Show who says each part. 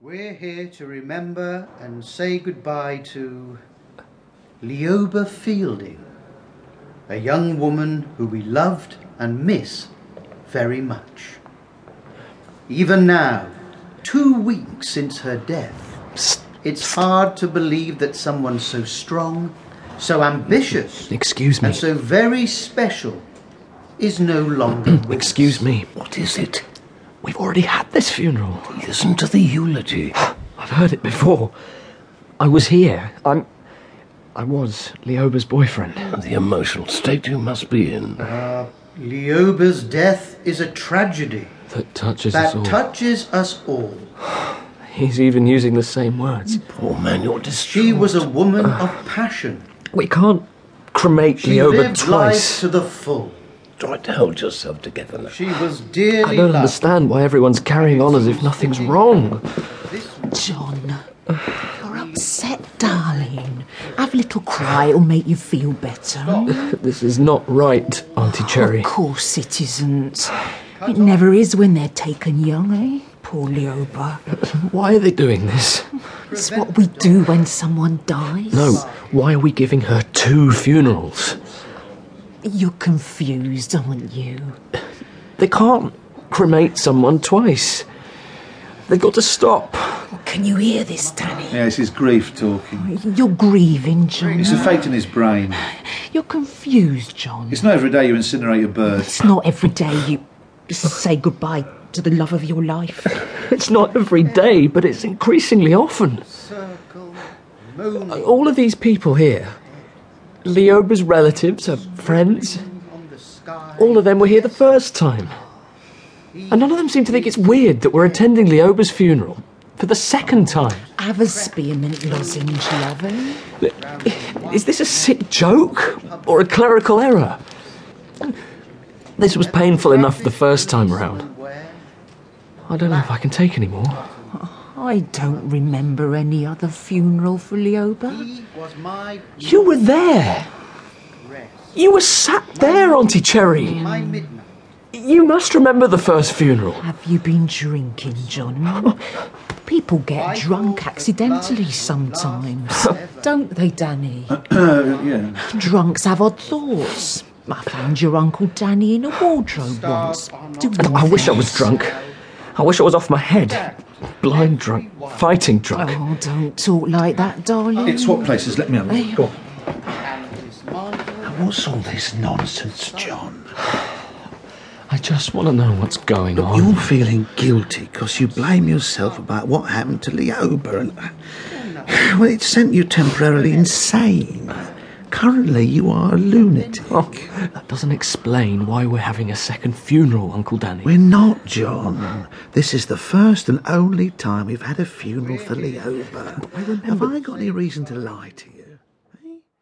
Speaker 1: We're here to remember and say goodbye to Leoba Fielding, a young woman who we loved and miss very much. Even now, two weeks since her death, it's hard to believe that someone so strong, so ambitious,
Speaker 2: Excuse me.
Speaker 1: and so very special is no longer with us.
Speaker 2: Excuse me.
Speaker 3: What is it?
Speaker 2: We've already had this funeral.
Speaker 3: Listen to the eulogy.
Speaker 2: I've heard it before. I was here. I'm. I was Leoba's boyfriend.
Speaker 3: The emotional state you must be in.
Speaker 1: Leoba's death is a tragedy
Speaker 2: That touches us all.
Speaker 1: that touches us all.
Speaker 2: He's even using the same words.
Speaker 3: Poor man, you're distraught.
Speaker 1: She was a woman of passion.
Speaker 2: We can't cremate
Speaker 1: She
Speaker 2: Leoba
Speaker 1: lived life
Speaker 2: twice.
Speaker 1: to the full.
Speaker 3: Try to hold yourself together now.
Speaker 1: She was dearly
Speaker 2: I don't
Speaker 1: loved.
Speaker 2: understand why everyone's carrying on as if nothing's wrong.
Speaker 4: John, you're upset, darling. Have a little cry, it'll make you feel better.
Speaker 2: This is not right, Auntie Cherry.
Speaker 4: Of
Speaker 1: Oh,
Speaker 4: course it isn't. It never is when they're taken young, eh? Poor Leoba.
Speaker 2: Why are they doing this?
Speaker 4: It's what we do when someone dies.
Speaker 2: No, why are we giving her two funerals?
Speaker 4: You're confused, aren't you?
Speaker 2: They can't cremate someone twice. They've got to stop.
Speaker 4: Can you hear this, Danny?
Speaker 5: Yeah, it's his grief talking.
Speaker 4: You're grieving, John.
Speaker 5: It's affecting his brain.
Speaker 4: You're confused, John.
Speaker 5: It's not every day you incinerate a bird.
Speaker 4: It's not every day you say goodbye to the love of your life.
Speaker 2: It's not every day, but it's increasingly often.
Speaker 1: Circle, moon
Speaker 2: All of these people here Leoba's relatives, her friends,
Speaker 1: on the sky.
Speaker 2: all of them were here the first time. And none of them seem to think it's weird that we're attending Leoba's funeral for the second time.
Speaker 4: Have a spearmint lozenge, lover.
Speaker 2: Is this a sick joke or a clerical error? This was painful enough the first time round.
Speaker 1: Somewhere.
Speaker 2: I don't know if I can take any more.
Speaker 4: I don't remember any other funeral for Leoba.
Speaker 1: He was my
Speaker 2: You were there.
Speaker 1: rest.
Speaker 2: You were sat there, Auntie Cherry.
Speaker 1: My midnight.
Speaker 2: You must remember the first funeral.
Speaker 4: Have you been drinking, John? People get drunk accidentally sometimes, don't they, Danny?
Speaker 5: Uh, yeah.
Speaker 4: Drunks have odd thoughts. I found your Uncle Danny in a wardrobe once. Do
Speaker 2: I wish I was drunk. I wish I was off my head. Blind drunk. Fighting drunk.
Speaker 4: Oh, don't talk like that, darling.
Speaker 5: It's what places. Let me have it. Go on.
Speaker 3: What's all this nonsense, John?
Speaker 2: I just want to know what's going on.
Speaker 3: You're feeling guilty because you blame yourself about what happened to Leoba and. uh, Well, it sent you temporarily insane. Currently, you are a lunatic.
Speaker 2: That doesn't explain why we're having a second funeral, Uncle Danny.
Speaker 3: We're not, John. This is the first and only time we've had a funeral for Leoba. Have I got any reason to lie to you?